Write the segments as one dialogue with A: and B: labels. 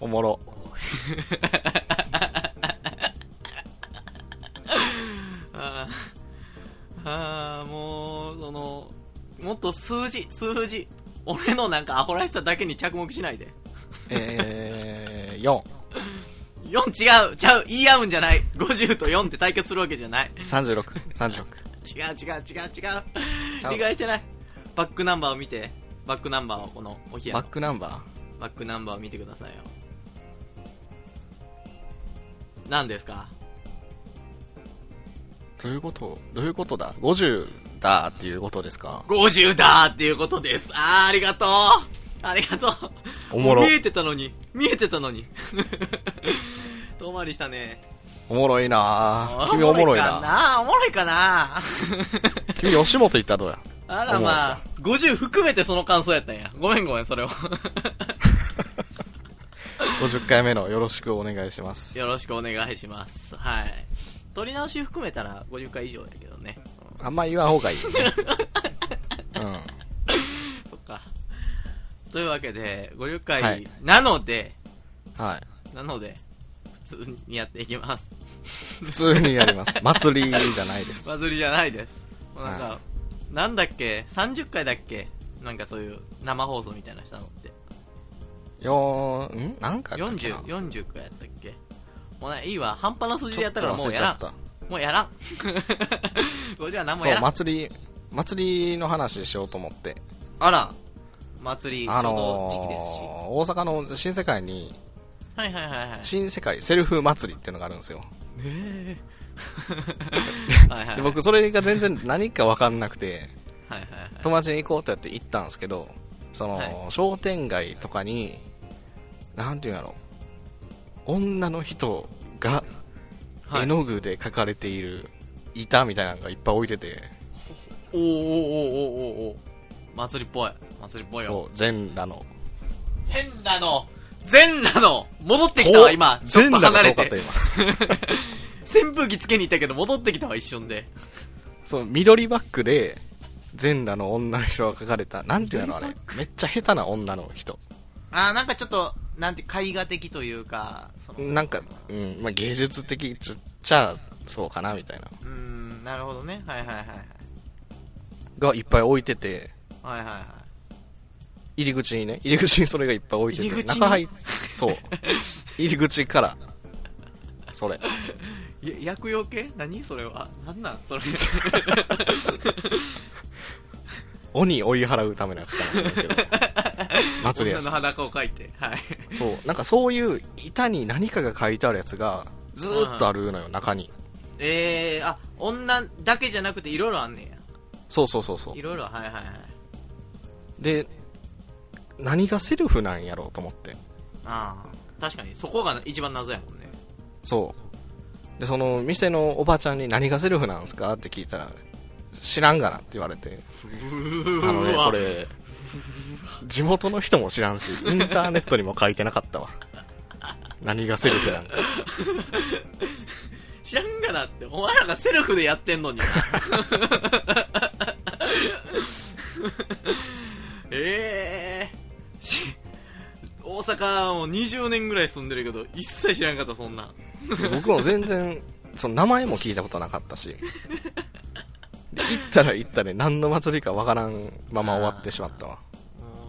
A: おもろ。
B: あーあー、もう、その、もっと数字、数字。俺のなんかアホらしさだけに着目しないで。
A: えー、4。
B: 4違うちゃう言い合うんじゃない !50 と4って対決するわけじゃない。
A: 36。36。
B: 違う違う違う違
A: ちゃ
B: う
A: う
B: 理解してないバックナンバーを見てバックナンバーをこのお冷や
A: バ
B: の
A: ックナンバ
B: バックナンバーを見てくださいよ何ですか
A: ーどういうことどういうことだ ?50 だっていうことですか
B: 50だーっていうことですあーありがとうありがとう
A: おもろ
B: 見えてたのに見えてたのに 遠回りしたね
A: おもろいなぁ。君おもろい
B: か
A: な
B: なおもろいかな
A: 君吉本行ったらどうや
B: あらまあ50含めてその感想やったんやごめんごめんそれは
A: 50回目のよろしくお願いします。
B: よろしくお願いします。はい。撮り直し含めたら50回以上やけどね。うん
A: あんま言わん 方がいい、ね。うん。
B: そっか。というわけで、50回、
A: はい
B: なので、
A: はい。
B: なので、普通にやっていきます。
A: 普通にやります。祭りじゃないです。
B: バズりじゃないです。もうなんか
A: は、
B: なんだっけ、30回だっけなんかそういう生放送みたいなのしたのって。
A: よーんなんかやったっけな
B: 40、40回やったっけもうね、いいわ。半端な数字でやったから
A: ち
B: も
A: ょっ
B: う
A: と忘れ
B: や
A: ちゃ
B: ら
A: っ
B: ん。
A: た。
B: もうやらん。50は何も
A: そ
B: や
A: う、
B: らん。
A: 祭り、祭りの話しようと思って。
B: あら、祭り、ちょ
A: あ
B: うど
A: の
B: 時期ですし。
A: ー、大阪の新世界に、
B: はいはいはいはい。
A: 新世界セルフ祭りっていうのがあるんですよ。
B: ね え。はいはい、はい。
A: で、僕それが全然何か分かんなくて、
B: はいはいはい。
A: 友達に行こうとやって行ったんですけど、その、
B: はい
A: 商店街とかに、なんていうんやろ、女の人が
B: はい
A: 絵の具で描かれている板みたいなのがいっぱい置いてて、
B: おーおーおーおーおーおー祭りっぽい。祭りっぽいよ。
A: そう、全裸の。
B: 全裸の、全裸の、戻ってきたわ、今。ちょっと離れ
A: 全裸が遠か
B: て。
A: った今。
B: 扇風機つけに行ったけど、戻ってきたわ、一瞬で。
A: そう、緑バックで、全裸の女の人が描かれた、なんていうのあれ
B: 緑、
A: めっちゃ下手な女の人。
B: あー、なんかちょっと、なんて、絵画的というか、その、
A: なんか、うん、まあ、芸術的ちっちゃ、そうかな、みたいな。
B: うーん、なるほどね。はいはいはいはい。
A: がいっぱい置いてて、
B: はいはいはい。
A: 入り口にね、入り口にそれがいっぱい置いてて、
B: 入り口に
A: 中入っ、そう。入り口から、それ。
B: や薬用系何それは。なんなんそれ。
A: 鬼追い払うためのやつかもしれな いけど。祭りや
B: 女
A: し
B: の。裸を描いて。はい。
A: そう。なんかそういう板に何かが書いてあるやつが、ずーっとあるのよ、中に。
B: えー、あ、女だけじゃなくていろいろあんねんや。
A: そうそうそうそう
B: い。ろいろ、はいはいはい。
A: で、何がセルフなんやろうと思って。
B: ああ、確かに、そこが一番謎やもんね。
A: そう。で、その、店のおばちゃんに何がセルフなんすかって聞いたら、知らんがなって言われて。
B: う
A: あのね、
B: わ
A: これ、地元の人も知らんし、インターネットにも書いてなかったわ。何がセルフなんか。
B: 知らんがなって、お前らがセルフでやってんのにな。 えー、し、大阪もう20年ぐらい住んでるけど、一切知らんかった、そんなん。
A: 僕も全然、その名前も聞いたことなかったし。で行ったら行ったで、何の祭りかわからんまま終わってしまったわ。
B: も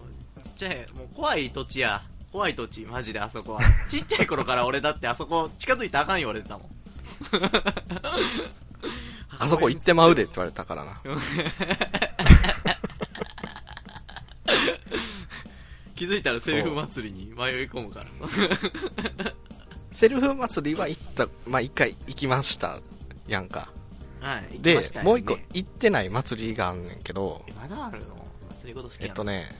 B: う、ちっちゃい、もう怖い土地や。怖い土地、マジであそ こは。ちっちゃい頃から俺だってあそこ近づいたらあかん言われてたもん。
A: あそこ行ってまうでって言われたからな。
B: 気づいたらセルフ祭りに迷い込むからさ。
A: セルフ祭りは行った、まあ一回行きましたやんか。
B: はい。行き
A: で
B: ました、よね
A: もう一個行ってない祭りがあんねんけど、
B: えまだあるの祭りごと好き
A: え
B: や
A: っ
B: の
A: とね、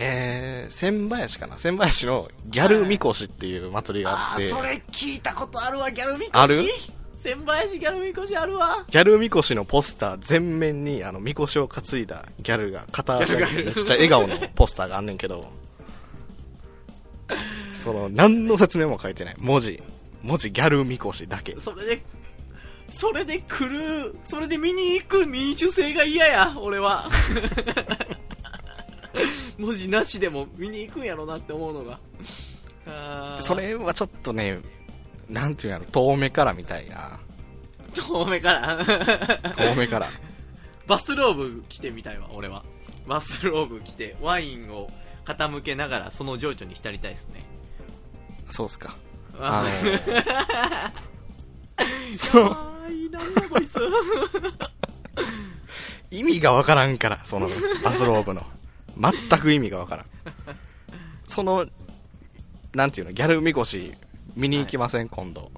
A: えー、千林かな千林のギャルみこしっていう祭りがあ
B: あ
A: っ
B: あ
A: て、
B: ー、それ聞いたことあるわ、ギャルみこし。
A: ある
B: 千林ギャルみこしあるわ。
A: ギャルみこしのポスター全面に、あの、みこしを担いだギャルが片足上げ
B: ギャルが
A: てめっちゃ笑顔のポスターがあんねんけど、 その、何の説明も書いてない。文字。文字ギャルみこしだけ。
B: それで、それで来る、それで見に行く民主性が嫌や、俺 は。文字なしでも見に行くんやろなって思うのが。あー
A: それはちょっとねなんていうんやろ遠目からみたいな
B: 遠目から
A: 遠目から
B: バスローブ着てみたいわ俺はバスローブ着てワインを傾けながらその情緒に浸りたいですね
A: そうっすかあ
B: あ
A: の
B: ー
A: そ
B: いや
A: の
B: ーいいなこいつ
A: 意味がわからんからそのバスローブの全く意味がわからんそのなんていうのギャルみこし見に行きません、今度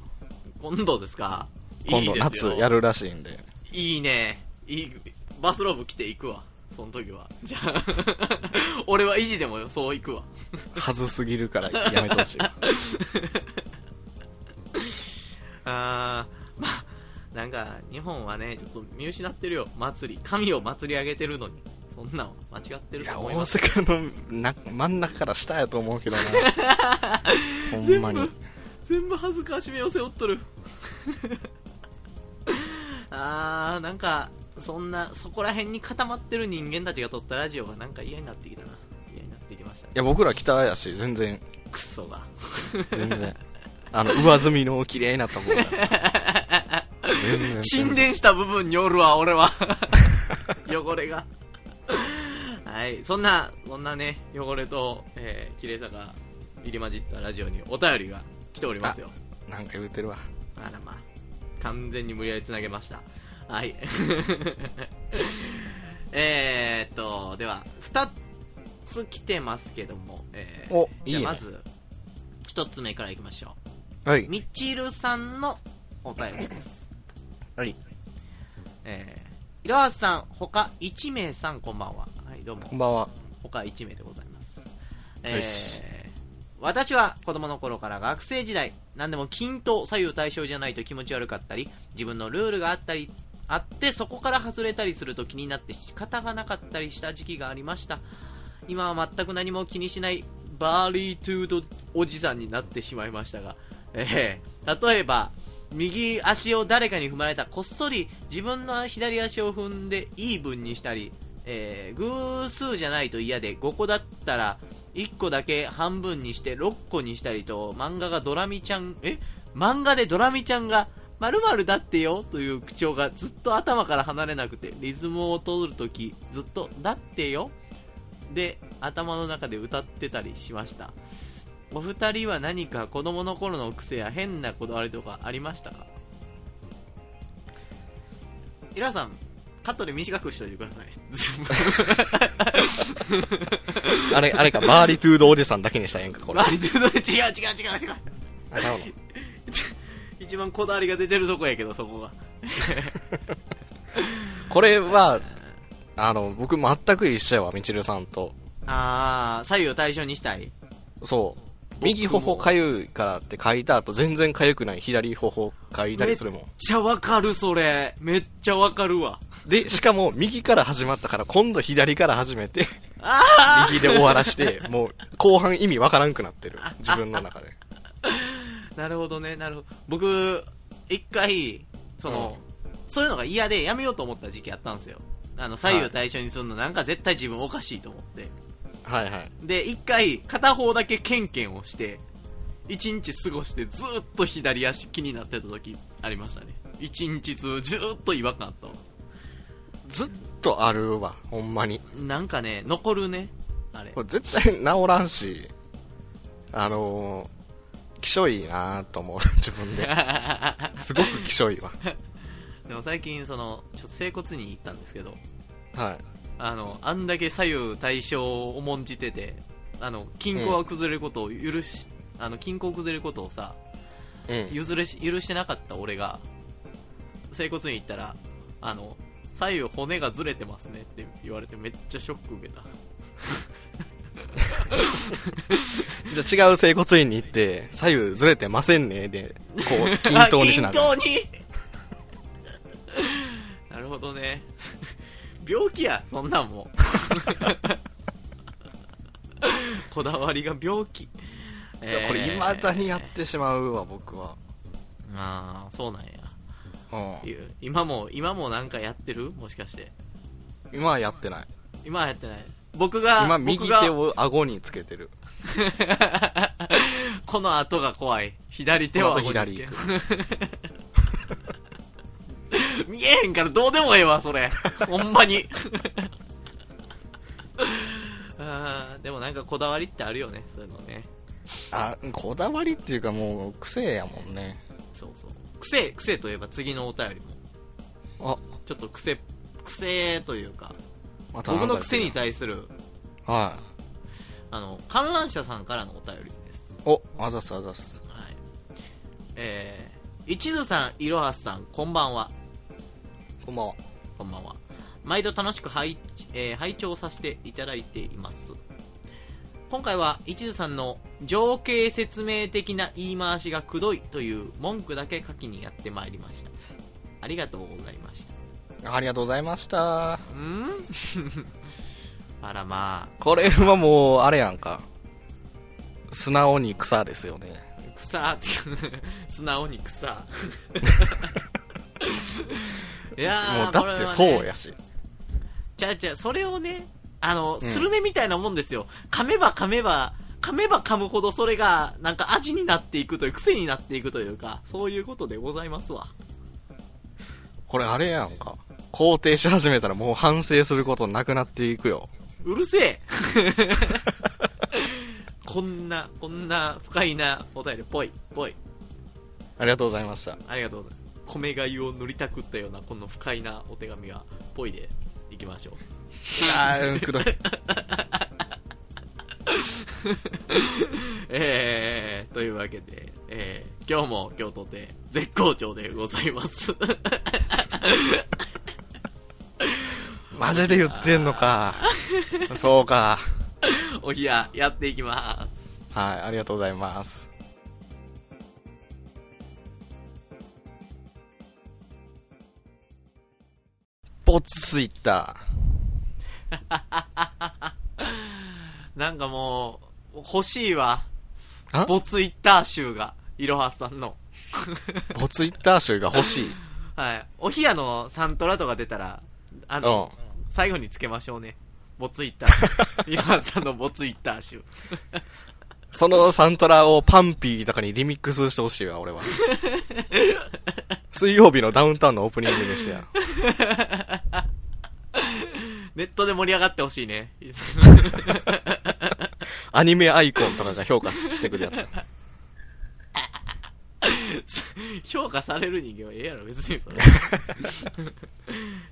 B: 今度ですか
A: 今
B: い
A: 度
B: いです
A: 夏
B: よ
A: やるらしいんで
B: いいねいいバスローブ着て行くわその時はじゃあ 俺は維持でもそう行くわ
A: はずすぎるからやめて ほしいわ
B: あーまあなんか日本はねちょっと見失ってるよ祭り神を祭り上げてるのにそんなの間違って
A: い
B: ると
A: や
B: 思い
A: 大
B: ます
A: 阪のな真ん中から下やと思 うけどなほん
B: 全
A: まに
B: 部全部恥ずかしめを背負っとる あーなんかそんなそこら辺に固まってる人間たちが撮ったラジオがなんか嫌になってきたな嫌になってきましたね
A: いや僕ら北やし全然
B: クソが
A: 全然あの上積みの綺麗な ところ全然
B: 沈殿した部分におるわ俺は 汚れがはいそんなそんなね汚れと、えー綺麗さが入り混じったラジオにお便りが来ておりますよ
A: なんか言うてるわ
B: あらまあ完全に無理やりつなげましたはい えーっとでは2つ来てますけども、えー
A: お
B: じゃあ
A: いいね
B: まず1つ目からいきましょ
A: は
B: う
A: い
B: みちるさんのお便りです
A: はい
B: えー、いろはさん、他1名さん、こんばんは。はい、どう
A: こ
B: も。
A: んばんは
B: 他1名でございます。
A: よ
B: え
A: し
B: ー、私は子供の頃から学生時代、何でも均等、左右対称じゃないと気持ち悪かったり、自分のルールがあったり、あって、そこから外れたりすると気になって仕方がなかったりした時期がありました。今は全く何も気にしないバーリートゥードおじさんになってしまいましたが、えー例えば右足を誰かに踏まれたこっそり自分の左足を踏んでイーブンにしたり、えー偶数じゃないと嫌で5個だったら1個だけ半分にして6個にしたりと漫画がドラミちゃんえ漫画でドラミちゃんが〇〇だってよという口調がずっと頭から離れなくてリズムを取るときずっとだってよで頭の中で歌ってたりしましたお二人は何か子供の頃の癖や変なこだわりとかありましたかイラさんカットで短くしといてくだ さい全部
A: あれあれかバーリトゥードおじさんだけにしたらええんかこれ
B: 割と違う違う違う違う
A: あちゃうの
B: 一番こだわりが出てるとこやけどそこが
A: これはあの僕全く一緒やわみちるさんと
B: ああ左右を対称にしたい
A: そう
B: 僕も
A: 右頬かゆいからって書いた後全然かゆくない左頬書いたりするも
B: めっちゃわかるそれめっちゃわかるわ
A: んでしかも右から始まったから今度左から始めて
B: ああ
A: 右で終わらしてもう後半意味わからんくなってる自分の中で
B: なるほどね、なるほど。僕、一回、その、そういうのが嫌でやめようと思った時期あったんですよ。あの、左右対称にするのなんか絶対自分おかしいと思って。
A: はいはい
B: で、一回、片方だけケンケンをして、一日過ごしてずーっと左足気になってた時ありましたね。一日中ずーっと違和感あったわ
A: ずっとあるわほんまに
B: なんかね、残るね、あれ
A: こ。れ絶対治らんしあのー、きしょいなと思う 自分ですごくきしょいわ
B: でも最近、その、ちょっと整骨に行ったんですけど、
A: はい
B: あの、あんだけ左右対称を重んじてて、あの、均衡が崩れることを許し、あの、均衡崩れることをさ、
A: うん
B: 譲れし、許してなかった俺が、整骨院行ったら、あの、左右骨がずれてますねって言われてめっちゃショック受けた。
A: じゃあ違う整骨院に行って左右ずれてませんねでこう均等にしな
B: あ
A: がら
B: 均等になるほどね。 病気や、そんなん もう。こだわりが病気。
A: これ未だにやってしまうわ僕は
B: ああそうなんや
A: うん
B: いう今も今もなんかやってるもしかして
A: 今はやってない
B: 今はやってない僕が
A: 今右
B: 僕が
A: 手を顎につけてる
B: この後が怖い。左手は
A: この後左行く
B: ここですけど 見えへんからどうでもええわ、そ れ。ほんまに。 あーでもなんかこだわりってあるよね、そういうのね。
A: あこだわりっていうかもう癖やもんね
B: そうそう。癖、癖といえば次のお便りも。
A: あ
B: ちょっと癖、癖というか、
A: またあな
B: 僕
A: た
B: の癖に対する、
A: は
B: あの、観覧車さんからのお便りです
A: い。おあざすあざす
B: はい。えー、一途さん、いろはすさん、こんばんは。
A: こんばんは
B: こんばんは。毎度楽しく拝,、えー拝聴させていただいています。今回は一途さんの情景説明的な言い回しがくどいという文句だけ書きにやってまいりました。ありがとうございました。
A: ありがとうございました
B: うん あらま
A: これはもうあれやんか素直に草ですよね
B: あ、草、 素直に草。いやー
A: もうだってそう。
B: これはね
A: やし、
B: じゃあじゃあそれをね、あの、
A: ん
B: スルメみたいなもんですよ。噛めば噛めば、噛めば噛むほどそれが、なんか味になっていくという、癖になっていくというか、そういうことでございますわ。
A: これあれやんか肯定し始めたらもう反省することなくなっていくよ
B: うるせえこんな、こんな不快なお便り、ぽい、ぽい。
A: ありがとうございました
B: ありがとうございます。米がゆを塗りたくったような、この不快なお手紙が、ぽいで、いきましょう。
A: あーうんくどい
B: えー、というわけで、えー、今日も今日とて絶好調でございます。
A: マジで言ってんのかそうか
B: おひや、やっていきます。
A: はいありがとうございますポツイッタ
B: なんかもう、欲しいわ。
A: あ
B: ボツイッター集が、いろはさんの。
A: ーポツイッター集が欲しい
B: はい。おひやのサントラとか出たら、あ
A: うん
B: の、最後につけましょうね。ボツイッタ ー。いろはさんのボツイッター集。
A: そのサントラをパンピーとかにリミックスしてほしいわ、 俺は。水曜日のダウンタウンのオープニングにしてや。
B: ネットで盛り上がってほしいね。
A: アニメアイコンとかが評価してくるやつ。
B: 評価される人間はええやろ別にそれ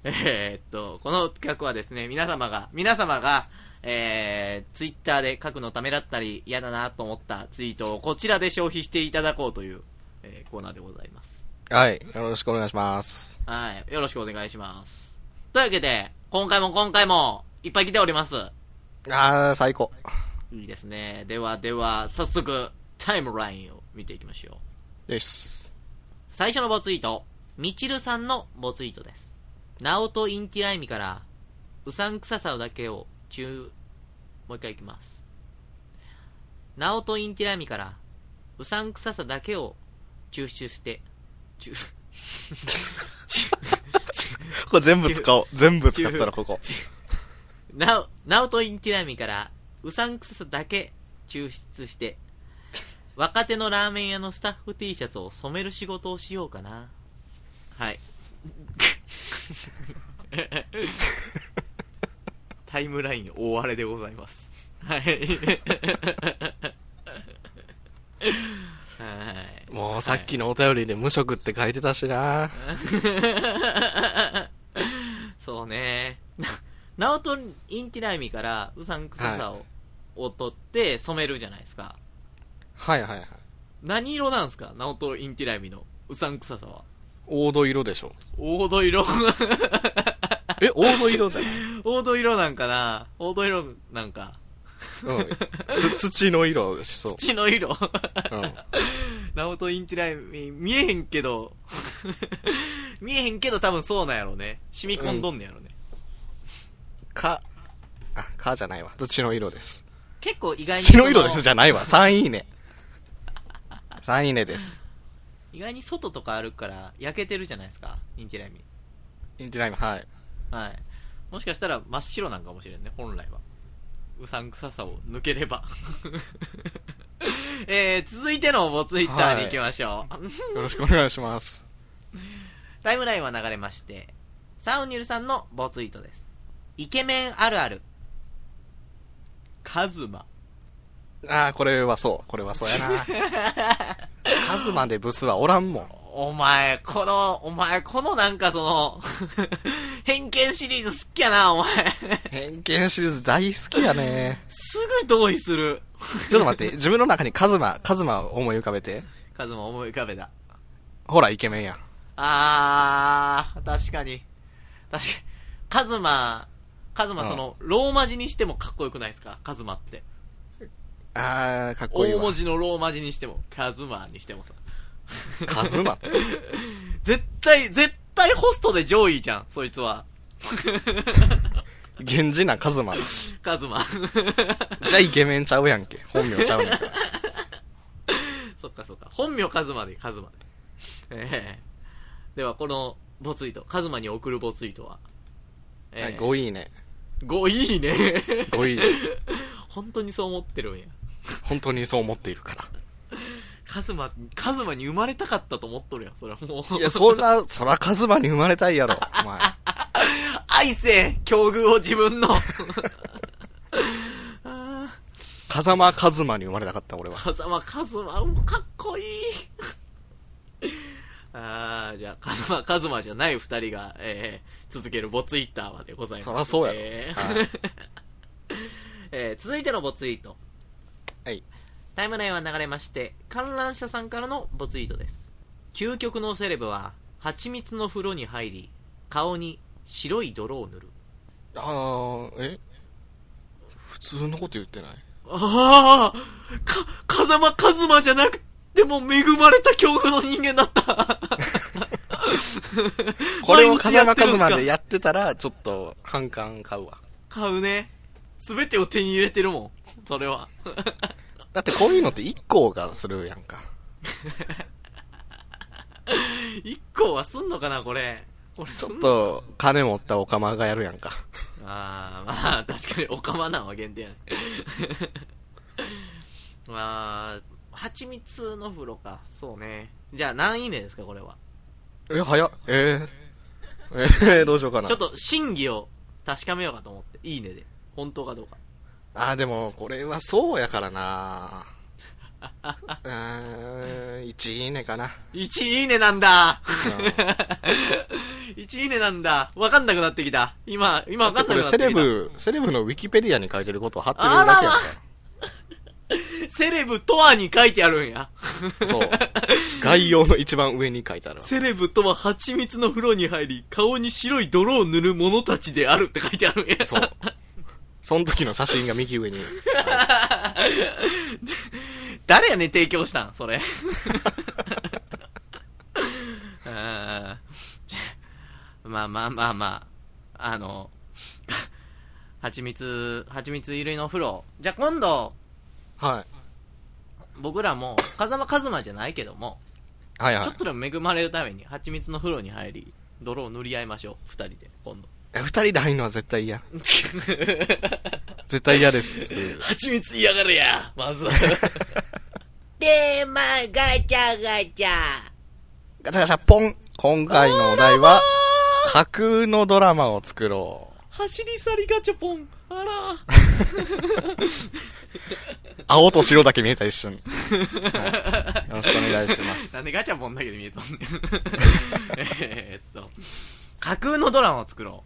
B: えーっとこの企画はですね皆様が皆様がえー、ツイッターで書くのためだったり嫌だなと思ったツイートをこちらで消費していただこうという、えーコーナーでございます
A: はい、よろしくお願いします。
B: はいよろしくお願いしますというわけで今回も今回もいっぱい来ております
A: あー、最高。
B: いいですねではでは早速タイムラインを見ていきましょう
A: よし。
B: 最初のボツイート、みちるさんのボツイートです。ナオとインティライミから、うさんくささだけを中、もう一回いきます。ナオとインティライミから、うさんくささだけを抽出して、 抽、
A: これ全部使おう。全部使ったらこ こ。
B: なお、なおとインティラミから、うさんくささだけ抽出して、若手のラーメン屋のスタッフ T シャツを染める仕事をしようかな。はい。タイムライン大荒れでございます。はい。はい。
A: もうさっきのお便りで無職って書いてたしな。
B: そうね。なナオトインティライミからうさんくささを,、を取って染めるじゃないですか。
A: はいはいはい。
B: 何色なんですかナオトインティライミのうさんくささは。
A: 黄土色でしょ。
B: 黄土色
A: え、黄土色じゃない
B: 黄土色なんかな黄土色なんか。
A: うん。つ 土の色しそう。
B: 血の色
A: うん。
B: ナオトインティライミ、見えへんけど、 見えへんけど多分そうなんやろうね。染み込んどんねやろうね。
A: か、あ、かじゃないわ。土の色です。
B: 結構意外にその。
A: 白色ですじゃないわ。3いいね。3いいねです。
B: 意外に外とか歩くから焼けてるじゃないですか、インティライミ。
A: インティライム、はい。
B: はい。もしかしたら真っ白なんかもしれんね、本来は。うさんくささを抜ければ。 えー、続いてのおぼツイッターに行きましょう。
A: よろしくお願いします。
B: タイムラインは流れまして、サウニュルさんのボツイートです。イケメンあるある。カズマ。
A: ああ、これはそう。これはそうや な。カズマでブスはおらんもん。
B: お前、この、お前、このなんかその、 偏見シリーズ好きやな、お前。
A: 偏見シリーズ大好きやね。
B: すぐ同意する。
A: ちょっと待って、自分の中にカズマ、カズマを思い浮かべて。
B: カズマ思い浮かべた。
A: ほら、イケメンや。
B: あー、確かに。確かに。カズマ、カズマ
A: うん
B: その、ローマ字にしてもかっこよくないですかカズマって。
A: ああ、かっこいい
B: 大文
A: わ。
B: 字のローマ字にしても、カズマにしてもさ。
A: カズ マって。
B: 絶対、絶対ホストで上位じゃん、そいつ は。
A: 源氏なカズマ。
B: カズマ。
A: じゃあイケメンちゃうやんけ。本名ちゃうねんから。
B: そっかそっか。本名カズマで、カズマで。ええでは、この、ボツイート。カズマに送るボツイートは。
A: はい
B: ええ
A: 5位ね。
B: ごいいね。
A: 5位。
B: 本当にそう思ってるんや。
A: 本当にそう思っているか
B: カズマ、カズマに生まれたかったと思っとるやん、それはも
A: ら。
B: う。
A: いや、そら、そらカズマに生まれたいやろ。お前。
B: 愛せ境遇を自分の。あー
A: 風間カズマに生まれたかった、俺は。
B: 風間カズマ、もうかっこい い。あーじゃあ、風間カズマじゃない二人が、えー続けるボツイッターはでございます。
A: そらそうやろ
B: えー
A: はい
B: えー続いてのボツイート。
A: はい。
B: タイムラインは流れまして、観覧車さんからのボツイートです。究極のセレブは、蜂蜜の風呂に入り、顔に白い泥を塗る。
A: あー、え普通のこと言ってない
B: ああか、風間和馬じゃなくても恵まれた境遇の人間だった。
A: これを
B: 毎日
A: 風
B: や
A: 間
B: ってるん
A: 和
B: すか
A: 馬でやってたら、ちょっと反感買うわ。
B: 買うね。すべてを手に入れてるもん。それは。
A: だってこういうのって一個がするやんか。
B: 一個はすんのかな、これ。これ
A: ち
B: すん
A: ょ
B: の
A: っ。と、金持ったオカマがやるやんか。
B: ああ、まあ、確かに、おかまなんは限定やね。 まあ、蜂蜜の風呂か。そうね。じゃあ、何いいねですか、これは。
A: え、早っ。えー、えー、どうしようかな。
B: ちょっと、真偽を確かめようかと思って。いいねで。本当かどうか。
A: あー、でも、これはそうやか らなうーん、1いいねかな。
B: 1いいねなんだ
A: うん
B: 1いいねなんだわかんなくなってきた。今、 今わかんな
A: こ
B: くな
A: れ
B: って
A: セ
B: きた。
A: レブ、セレブのウィキペディアに書いてることを貼ってるだけやんか。
B: セレブとはに書いてあるんや。
A: そう。概要の一番上に書いて あるわ。
B: セレブとは蜂蜜の風呂に入り、顔に白い泥を塗る者たちであるって書いてあるんや。
A: そう。その時の写真が右上に。
B: 誰やねん提供したんそ れ。あー まあまあまあまあ。あの、 蜂蜜、蜂蜜入りの風呂。じゃあ今度、
A: はい。間
B: 僕らも、風間和馬じゃないけども、
A: はいはい
B: ちょっ。とでも恵まれるために、蜂蜜の風呂に入り、泥を塗り合いましょう。二人で、今 度。
A: え二人で入るのは絶対嫌。絶対嫌です。
B: 蜂蜜嫌がれやま ずは。テーマガチャガチャ。
A: ガチャガチャポン今回のお題は、架空のドラマを作ろ
B: 走り去りガチャポン。あら。
A: う。青と白だけ見えた一瞬。はいよろしくお願いします。
B: なんでガチャポンだけで見えとんね ん。えーっと、架空のドラマを作ろ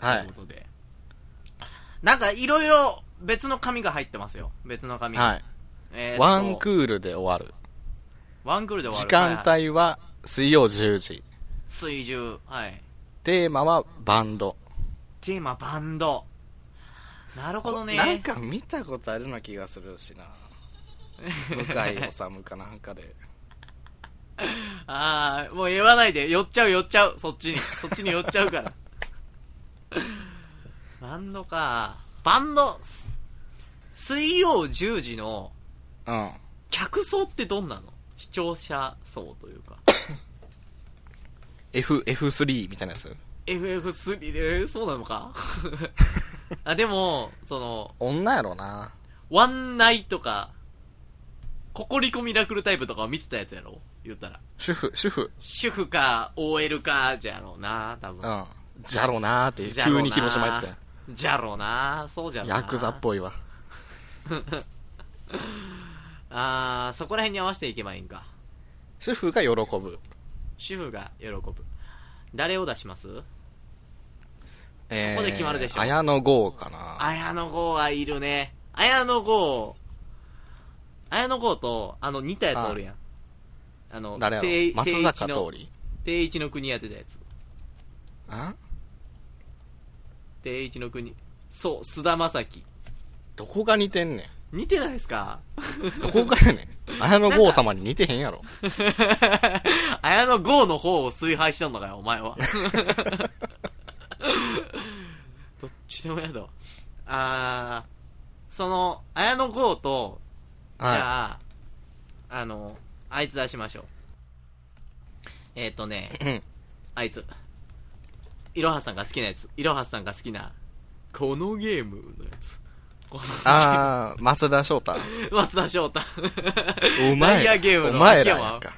B: う。
A: は
B: と
A: い
B: いう。ことで。なんかいろいろ別の紙が入ってますよ。別の紙。
A: はい。
B: えーっと
A: ワンクールで終わる。
B: ワンクールで終
A: 時
B: わる。はい
A: 間
B: はい
A: 帯は水曜10時。
B: 水中。はい。
A: テーマはバンド。
B: テーマバンド。なるほどね。
A: なんか見たことあるような気がするし な。向井治かなんかで。
B: ああ、もう言わないで。寄っちゃう寄っちゃう。そっちに。そっちに寄っちゃうから。 バンドか。バンド、す水曜10時の
A: うん。
B: 客層ってどんなの視聴者層というか。
A: F、F3 みたいなやつ
B: FF3 で、えーそうなのか あ、でも、その、
A: 女やろな。
B: ワンナイとか、ココリコミラクルタイプとかを見てたやつやろ言ったら。
A: 主婦、主婦。
B: 主婦か、OL か、じゃろうな、多
A: う
B: 分。
A: ん。じゃろうなーって、
B: じゃろう
A: 急
B: な
A: に広島行ったよ。
B: じゃろうな、そうじゃろうな。
A: ヤクザっぽいわ。
B: あー、そこら辺に合わせていけばいいんか。
A: 主婦が喜ぶ。
B: 主婦が喜ぶ。誰を出します
A: えー
B: そこで決まるでしょ
A: 綾野剛かな。
B: 綾野剛はいるね。綾野剛、綾野剛と、あの、似たやつおるやん。あの、
A: 誰や
B: 定
A: ろ松坂
B: 定一の
A: 通り
B: 定一の国やってたやつ。
A: あ
B: 定一の国。そう、菅田将暉。
A: どこが似てんね
B: 似てないですか
A: ん。どこがやねん。綾野剛様に似てへんやろ。
B: 綾野剛の方を崇拝したんだから、お前 は。どっちでもやだわ。あー、その、綾野剛と、じ
A: は
B: ゃあ、あの、あいつ出しましょう。えっ、ー、とね、
A: い。
B: あいつ。いろはさんが好きなやつ。いろはさんが好きな、このゲームのやつ。 こ
A: あー、松田翔太。
B: の松田翔太。
A: お前
B: ナイ
A: ら
B: アゲームの
A: お前らやんか。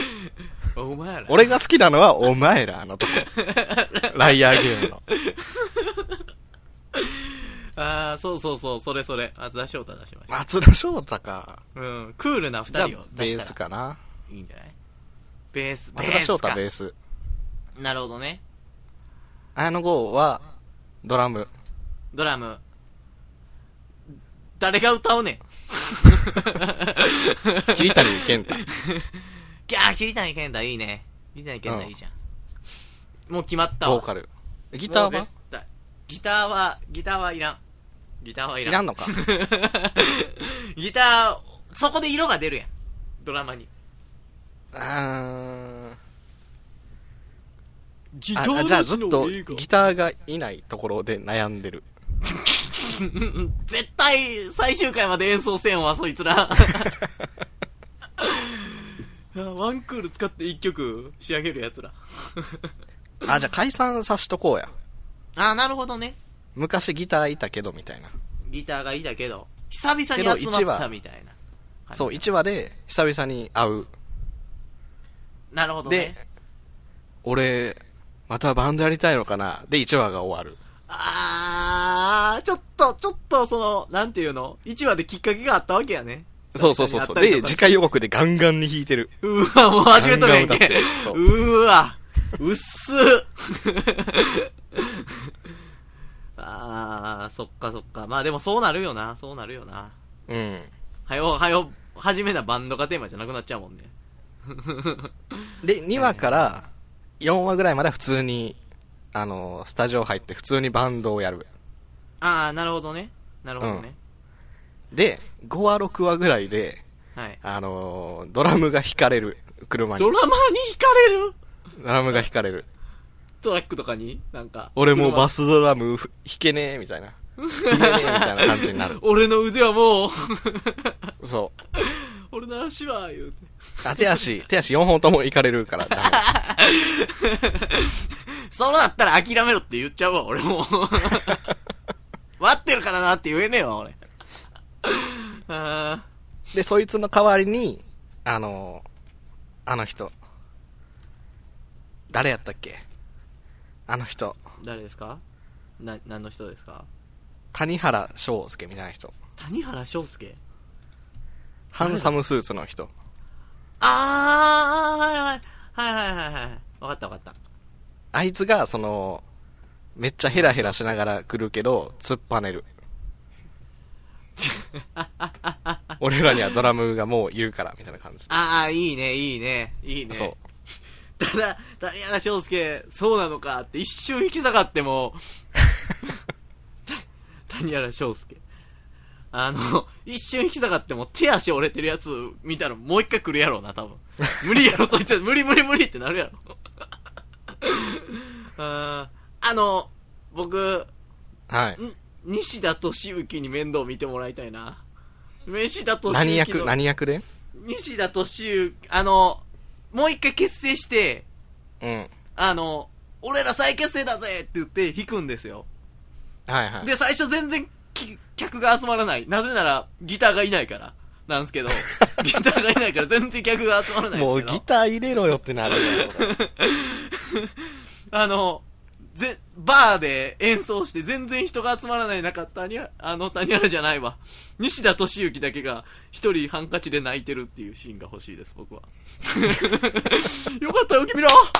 B: お前ら。
A: 俺が好きなのはお前らの とこ。ライアーゲームの。
B: ああ、そうそうそう、それそれ。松田翔太出しました。
A: 松田翔太か。
B: うん、クールな二
A: じゃあ
B: 人を、
A: ベ
B: 出
A: ー
B: し
A: ス
B: たら
A: かな。
B: いいんじゃないベース、
A: 松田翔太ベ
B: ベー
A: ース。
B: スか。なるほどね。
A: 綾野剛は、ドラム。
B: ドラム。誰が歌うねん。
A: 桐谷健太。
B: ギャー、桐谷健太いいね。桐谷健太いいじゃん。もう決まったわ。
A: ボーカル。ギタ
B: も
A: ー
B: う
A: は
B: 絶対ギターは、ギターはいらん。ギターはい
A: い
B: らん。
A: らんのか。
B: ギター、そこで色が出るやん。ドラマに。
A: うーん。
B: ギ
A: ああじゃあずっとギターがいないところで悩 んでる。
B: 絶対、最終回まで演奏せんわ、そいつ ら。ワンクール使って一曲仕上げるやつら。
A: あ、じゃあ解散さしとこうや。
B: あー、なるほどね。
A: 昔ギターいたけどみたいな。
B: ギターがいいだけど、久々に
A: けど一
B: 集まった
A: 話
B: みたいな。はい
A: そう、1話で久々に会う。
B: なるほど
A: で
B: ね。、
A: 俺、またバンドやりたいのかなで、1話が終わる。
B: あー、ちょっと、ちょっと、その、なんていうの ?1 話できっかけがあったわけやね。
A: そうそうそうそう。
B: 久々に会
A: で、
B: ったりと
A: 次
B: かして
A: 回予告でガンガンに弾いてる。
B: うーわ、もう始めとるやんけ
A: ガンガン歌ってる。そう
B: うーわ、うっ すあー、そっかそっか。まあでもそうなるよな、そうなるよな。
A: うん。
B: はよ、はよ、はじめなバンドがテーマじゃなくなっちゃうもんね。
A: で、2話から4話ぐらいまでは普通に、あの、スタジオ入って普通にバンドをやる。
B: あー、なるほどね。なるほどね。
A: で、5話、6話ぐらいで、
B: はい。
A: あのードラムが弾かれる。車に
B: ド。ラマーに惹かれる
A: ドラムが弾かれる。
B: トラックとかになんか。
A: 俺もうバ
B: ス。。
A: スドラムふ弾けねえ、みたいな。弾けねえ、みたいな感じになる
B: 俺の腕はもう、
A: そう。
B: 俺の足は、言うて。
A: あ、手足、手足4本ともいかれるからダメ。
B: そうだったら諦めろって言っちゃうわ、俺も。 待ってるからなって言えねえわ、俺。 あ
A: で、そいつの代わりに、あのーあの人。誰やったっけあの人。
B: ー誰ですかな、何の人ですか
A: 谷原章介みたいな人。
B: 谷原章介
A: ハンサムスーツの人。
B: あー、はいはい、はいはいはいはい。わかったわかっ
A: あいつが、その、めっちゃヘラヘラしながら来るけど、突っぱね る。俺らにはドラムがもういるから、みたいな感じ。
B: た。あー、いいね、いいね、いいね。
A: そう。
B: ただ、谷原章介、そうなのかって一瞬引き下がって も、た谷原章介。あの、一瞬引き下がっても手足折れてるやつ見たらもう一回来るやろうな、多分。無理やろ、そいつ。無理無理無理ってなるやろ。 あーあの、僕、
A: はい。
B: ん西田敏行に面倒見てもらいたいな。西田敏行の。
A: 何役、何役で
B: 西田敏行、あの、もう一回結成して、
A: うん。
B: あの、俺ら再結成だぜって言って弾くんですよ。
A: はいはい。
B: で、最初全然き客が集まらない。なぜならギターがいないから。なんですけど、 ギターがいないから全然客が集まらないん
A: も
B: です
A: う
B: け
A: ギ
B: ど、
A: ター入れろよってなるよそれ
B: あの、ぜ、バーで演奏して全然人が集まらない中、谷原、あの、谷原じゃないわ。西田敏行だけが一人ハンカチで泣いてるっていうシーンが欲しいです、僕 は。よかったよ、君らよかっ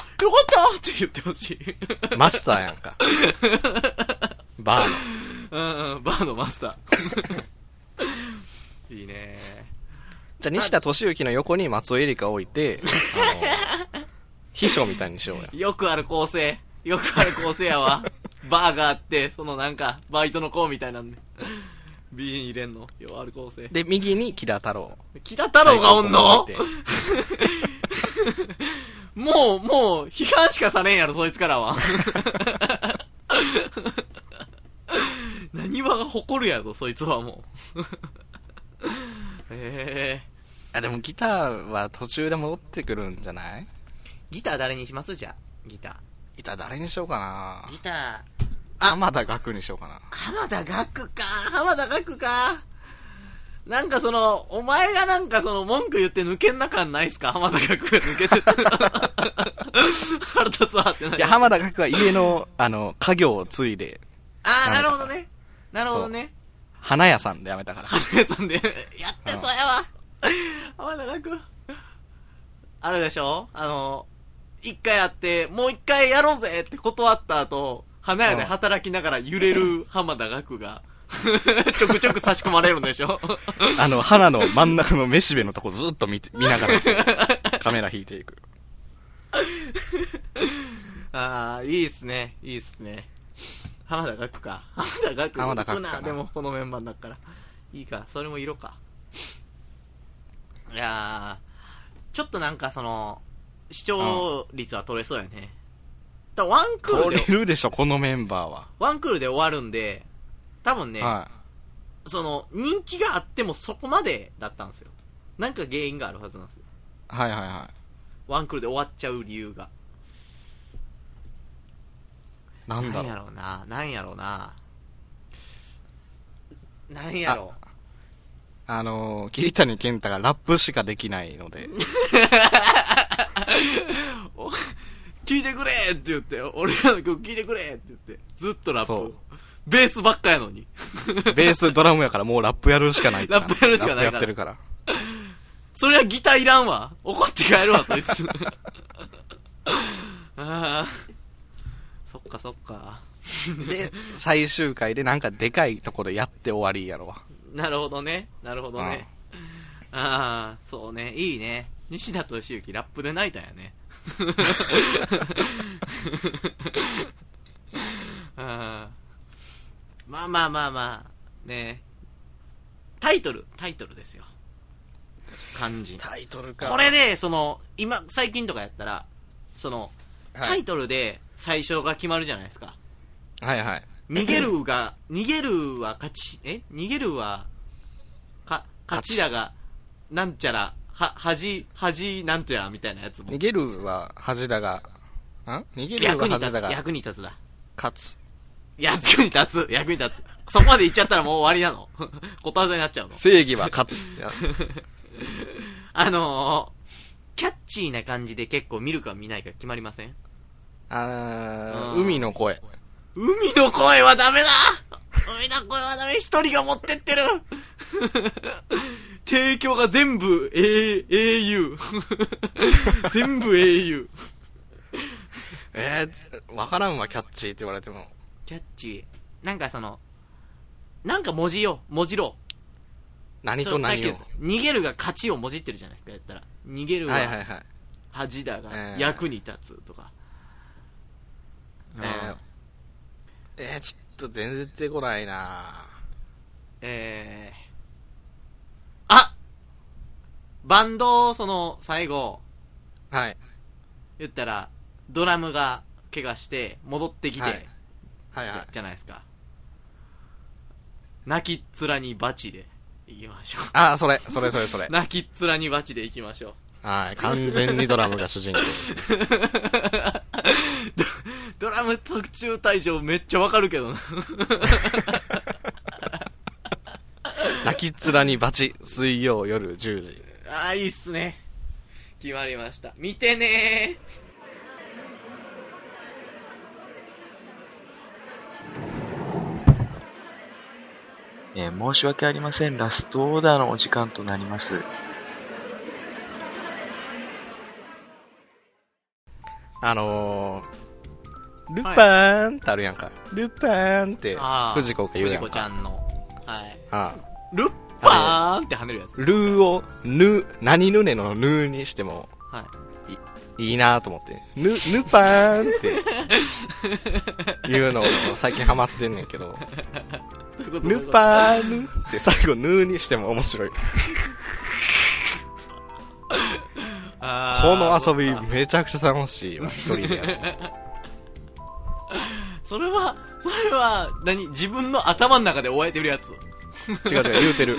B: たって言ってほしい。
A: マスターやんか。バーの。
B: うんうん、バーのマスター。 いいね
A: じゃあ、西田敏行の横に松尾エリカ置いて、あ の秘書みたいにしようや。
B: よくある構成。よくある構成やわ。バーがあって、そのなんか、バイトの子みたいなんで。ビーン入れんの。ようある構成。
A: で、右に木田太郎。
B: 木田太郎がおんの
A: 太郎が置いて
B: もう、もう、批判しかされんやろ、そいつからは。何わが誇るやぞ、そいつはもう。へえ
A: あ、でもギターは途中で戻ってくるんじゃない
B: ギター誰にしますじゃあ、ギタ
A: ギター誰にしようかな
B: ー。ギター。
A: 浜田岳にしようか な。
B: 浜田岳か浜田岳かなんかその、お前がなんかその文句言って抜けんな感ないっすか浜田岳が抜けて腹立つわってない
A: いや、浜田岳は家の、あの、家業を継いで、
B: ああ、なるほどね。なるほどね。
A: 花屋さんで辞めたから。
B: 花屋さんで やってそうやわ。浜田岳。あれでしょあの、一回会って、もう一回やろうぜって断った後、花屋で働きながら揺れる浜田岳が、 ちょくちょく差し込まれるんでしょ
A: あの、花の真ん中のめしべのとこずっと見て、見ながら、 カメラ引いていく。
B: ああ、いいっすね。いいっすね。浜田岳か。浜田岳
A: 浜田岳かな
B: 行くでも、このメンバーだから。いいか。それも色か。いやー、ちょっとなんかその、視聴率は取れそうやね。だからワンクー
A: 通
B: ル
A: れ
B: で、
A: るでしょ、このメンバーは。
B: ワンクールで終わるんで、多分ね、
A: は
B: その、人気があってもそこまでだったんですよ。なんか原因があるはずなんですよ。
A: い。はいはいは
B: ワンクールで終わっちゃう理由が。
A: い。なんだ
B: ん
A: ろ
B: や
A: う。
B: ろうななんやろうななんやろう
A: あのー、桐谷健太がラップしかできないので、
B: 聞いてくれって言って俺らの曲聞いてくれって言ってずっとラッ
A: そう
B: プベースばっかやのに
A: ベース、ドラムやからもうラップやるしかないって
B: ラップやるしかないから
A: ラップやって るから。
B: それはギターいらんわ怒って帰るわそい つああそっかそっか
A: で、最終回でなんかでかいとこでやって終わりやろわ。
B: なるほどねなるほどねああそうねいいね西田敏行ラップで泣いたんやね ああまあまあまあまあねタイトルタイトルですよ漢字
A: タイトル
B: これでその今最近とかやったらそのタイトルで最初が決まるじゃないですか、
A: はいはい。
B: 逃げるが、逃げるは勝ち、え逃げるは、か、勝ちだが、なんちゃら、は、恥、恥なんちゃらみたいなやつも
A: 逃。げるは恥だが、ん逃げる
B: 役
A: は
B: に立
A: 恥だ
B: つ、
A: が、
B: 役に立つだ。
A: 勝つ。
B: 役に立つ、役に立つ。そこまで言っちゃったらもう終わりなの。 ことわざになっちゃうの。
A: 正義は勝つ。いや
B: あのー、キャッチーな感じで結構見るか見ないか決まりません
A: あー
B: うん
A: 海の声。
B: 海の声はダメだ海の声はダメ一人が持ってってる提供が全部 A、au 全部 au
A: えー、わからんわ、キャッチーって言われても。
B: キャッチー。なんかその、なんか文字よ、文字ろう。
A: 何
B: そ
A: と
B: のさっき
A: 何
B: 言
A: を
B: っ。た逃げるが勝ちを文字ってるじゃないですか、やったら。逃げる
A: はいはい
B: は
A: はい。
B: 恥だが
A: えー
B: 役に立つとか。
A: え
B: あ
A: ー
B: ー、
A: えー、ちょっと全然出てこないな
B: えー、あバンド、その、最後、
A: はい。
B: 言ったら、ドラムが怪我して、戻ってきて、
A: はいはいはい。
B: じゃないですか。泣きっ面にバチで、行きましょう。
A: あー、それ、それそれそれ。
B: 泣きっ面にバチで行きましょう。
A: はい。完全にドラムが主人公です。
B: ドドラム特注隊長めっちゃわかるけどな。
A: 泣きっ面にバチ水曜夜10時
B: ああいいっすね決まりました見てね
C: えー申し訳ありません。ラストオーダーのお時間となります。
A: あのー、ルパーンってあるやんか、ルパーンって
B: あー
A: 藤子が言う
B: 藤
A: やん
B: 子
A: か
B: ちゃんのはい
A: ああ
B: ルッパーンって跳ねるやつ
A: ルーをぬ何ぬねのぬにしても
B: はい
A: いいなと思ってぬぬパーン っていうのを最近ハマってんねんけど
B: どういうこと
A: ぬパーヌって最後ぬにしても面白いこ
B: あ
A: の
B: ー
A: 遊び
B: そっか
A: めちゃくちゃ楽し いわ一人でやる
B: それはそれは何自分の頭の中で終えてるやつ
A: 違う違う言うてる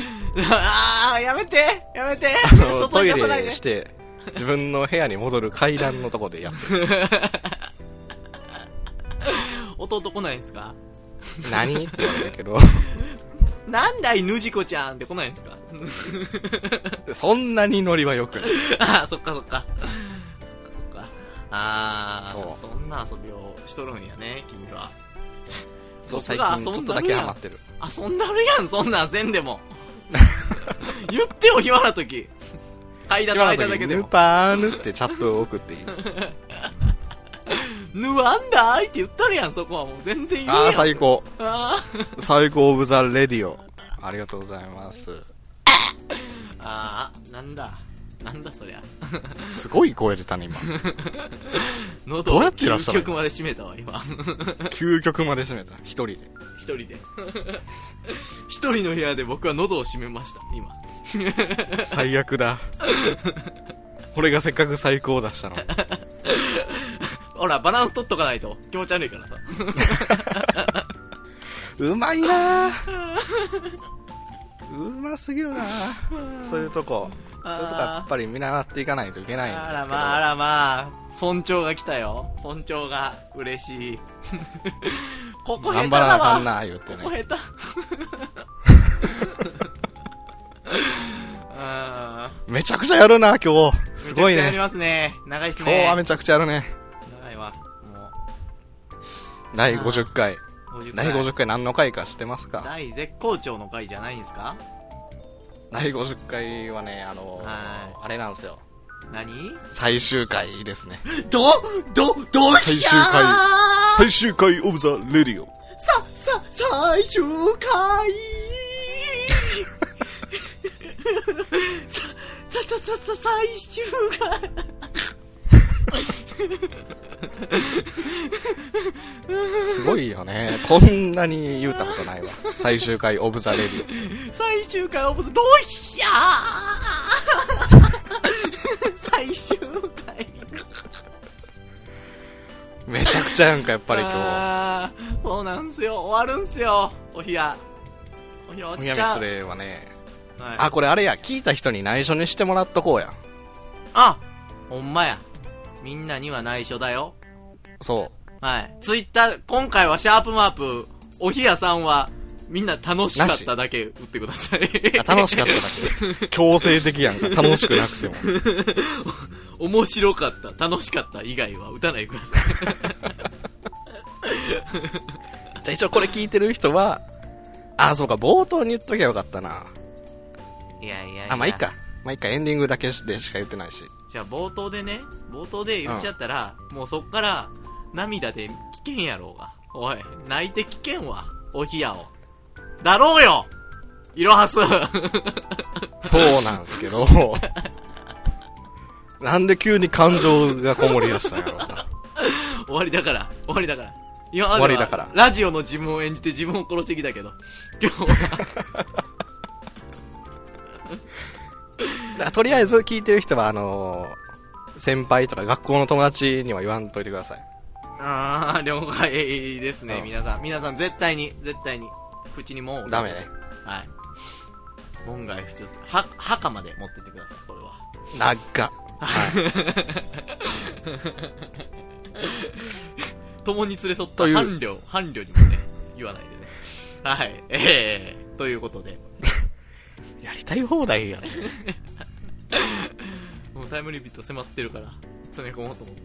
B: ああやめてやめて
A: あの
B: 外
A: ト
B: に
A: イ
B: 出さないで
A: レして自分の部屋に戻る階段のとこで やってる
B: 弟来ないんすか
A: 何って言われるけど
B: なんだいぬじこちゃんって来ないんすか
A: そんなにノリはよくない
B: ああそっかそっかそっかああ
A: そう
B: そんな遊びをしとるんやね君は
A: そう
B: 僕
A: 最
B: が
A: 近ちょっとだけハマってる
B: 遊んだるやんそんなんせんで も言ってよ暇な時間と
A: 今の
B: 間だ
A: 時
B: けで
A: ヌ
B: も
A: パーヌってチャットを送っていい
B: 「ぬわんだーい」って言ったるやんそこはもう全然言え
A: あ
B: や
A: あ
B: ん
A: 最高
B: あー
A: 最高オブザレディオありがとうございます
B: あーなんだなんだそりゃ
A: すごい声出たね今
B: 喉
A: ど
B: を
A: うやってらっしゃ
B: 究
A: る
B: 極まで締めたわ今
A: 究極まで締めた一人で
B: 一人で 一人の部屋で僕は喉を締めました今
A: 最悪だ俺がせっかく最高出したのに
B: ほらバランス取っとかないと気持ち悪いから さ
A: うまいなあうますぎるなあそういうとこそう
B: あー
A: いうとこやっぱり見習っていかないといけないん
B: あ
A: です
B: ら
A: けど、
B: まああらまあ尊重が来たよ尊重が嬉しい ここ下
A: 頑
B: 手
A: 張ら
B: だ
A: なあかん
B: わ
A: なあ言って
B: ここ
A: ね
B: 下手 あー
A: めちゃくちゃやるな今日すごい
B: めちゃくちゃやり
A: ね
B: ますね長いっす
A: 今日は
B: ね
A: めちゃくちゃやるね
B: 長いわも
A: 第50回
B: う50
A: 第50回何の回か知ってますか
B: 大絶好調の回じゃないんですか
A: 第50回はねあのー
B: は
A: あれなんですよ
B: 何
A: 最終回です ね
B: ど、ど、どう
A: 最終回最終回オブザレディオ
B: さ、さ、最終回 さ、さ、さ、さ、最終回
A: すごいよねこんなに言うたことないわ最終回オブザレディオ
B: 最終回をどうしやー 最終回
A: めちゃくちゃやんかやっぱり今
B: あーそうなんすよ終わるんすよおひやおひやおっ
A: 日
B: ち
A: 宮
B: ゃん
A: 光はね
B: はい
A: あこれあれや聞いた人に内緒にしてもらっとこうや
B: あほんまや。みんなには内緒だよ。
A: そ
B: はい。ツイッター、今回はシャープマープ、おひやさんは、みんな楽しかっただけ打ってください。
A: うあ楽しかっただけ強制的やんか楽しくなくても
B: 面白かった、楽しかった以外は打たないでください。
A: じゃあ一応これ聞いてる人はあそうか冒頭に言っときゃよかったない
B: やいやいや
A: あまあいい。かまあいいかエンディングだけでしか言ってないし
B: じゃあ冒頭でね、冒頭で言っちゃったら、もうそっから、涙で危険やろうが。おい、泣いて危険は、おひやを。だろうよいろはす
A: そうなんですけどなんで急に感情がこもり出したんやろうな
B: 終わりだから終わりだから今までは
A: 終わりだから
B: ラジオの自分を演じて自分を殺してきたけど今日 は
A: だからとりあえず聞いてる人はあのー先輩とか学校の友達には言わんといてください
B: ああ了解ですね、
A: うん
B: 皆さん皆さん絶対に絶対に口にもう
A: ダメね
B: はい門外不出は墓まで持ってってくださいこれは
A: 長っ
B: 共に連れ添った
A: という
B: 伴侶伴侶にもね言わないでねはいえー、ということで
A: たい放題やね
B: もうタイムリミット迫ってるから詰め込もうと思って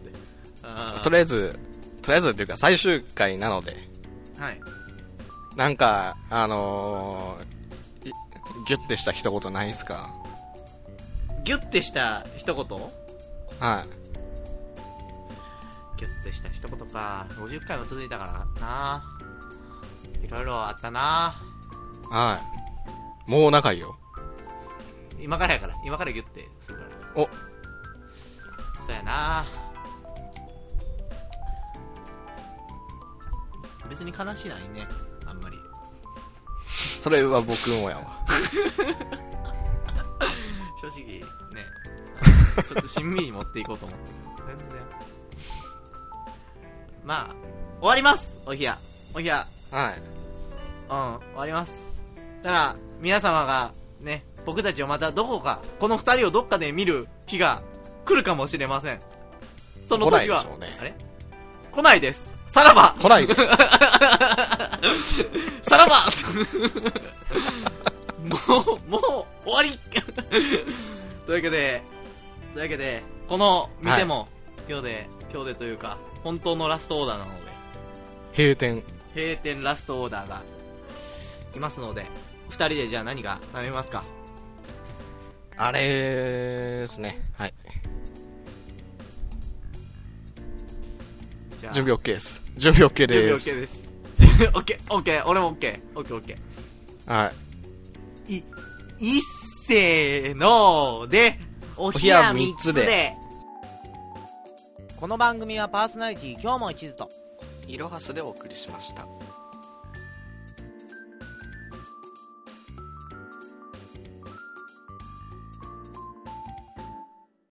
B: あー
A: とりあえずとりあえずというか最終回なので
B: はい
A: なんかあのーいギュッてした一言ないですか
B: ギュッてした一言
A: はい
B: ギュッとした一言か50回も続いたからないろいろあったな
A: はいもう仲いいよ
B: 今からやから今からギュッてするから
A: お
B: そうやな別に悲しないねあんまり
A: それは僕もやわ
B: 正直ね ちょっと親身に持っていこうと思って全然まあ終わりますお冷やお冷や
A: はい
B: うん、終わります。ただ、皆様が、ね、僕たちをまたどこか、この二人をどっかで見る日が来るかもしれません。その
A: 来な
B: 時
A: いで
B: は、
A: しょうね
B: あれ来ないです。さらば
A: 来ないです
B: さ らばもう、もう、終わり というわけで、というわけで、この、見ても、今日で、今日でというか、本当のラストオーダーなので、
A: 閉店
B: 閉店ラストオーダーが来ますので2人でじゃあ何が食べますか
A: あれですねはい
B: じゃあ
A: 準備 OK です準備
B: 準
A: OK
B: 備
A: で
B: OK
A: す
B: です オッケーオッケー俺も OKOKOK
A: はい
B: いいっせーのーでお
A: ひや三つで
B: この番組はパーソナリティ今日も一途と
A: いろはすでお送りしました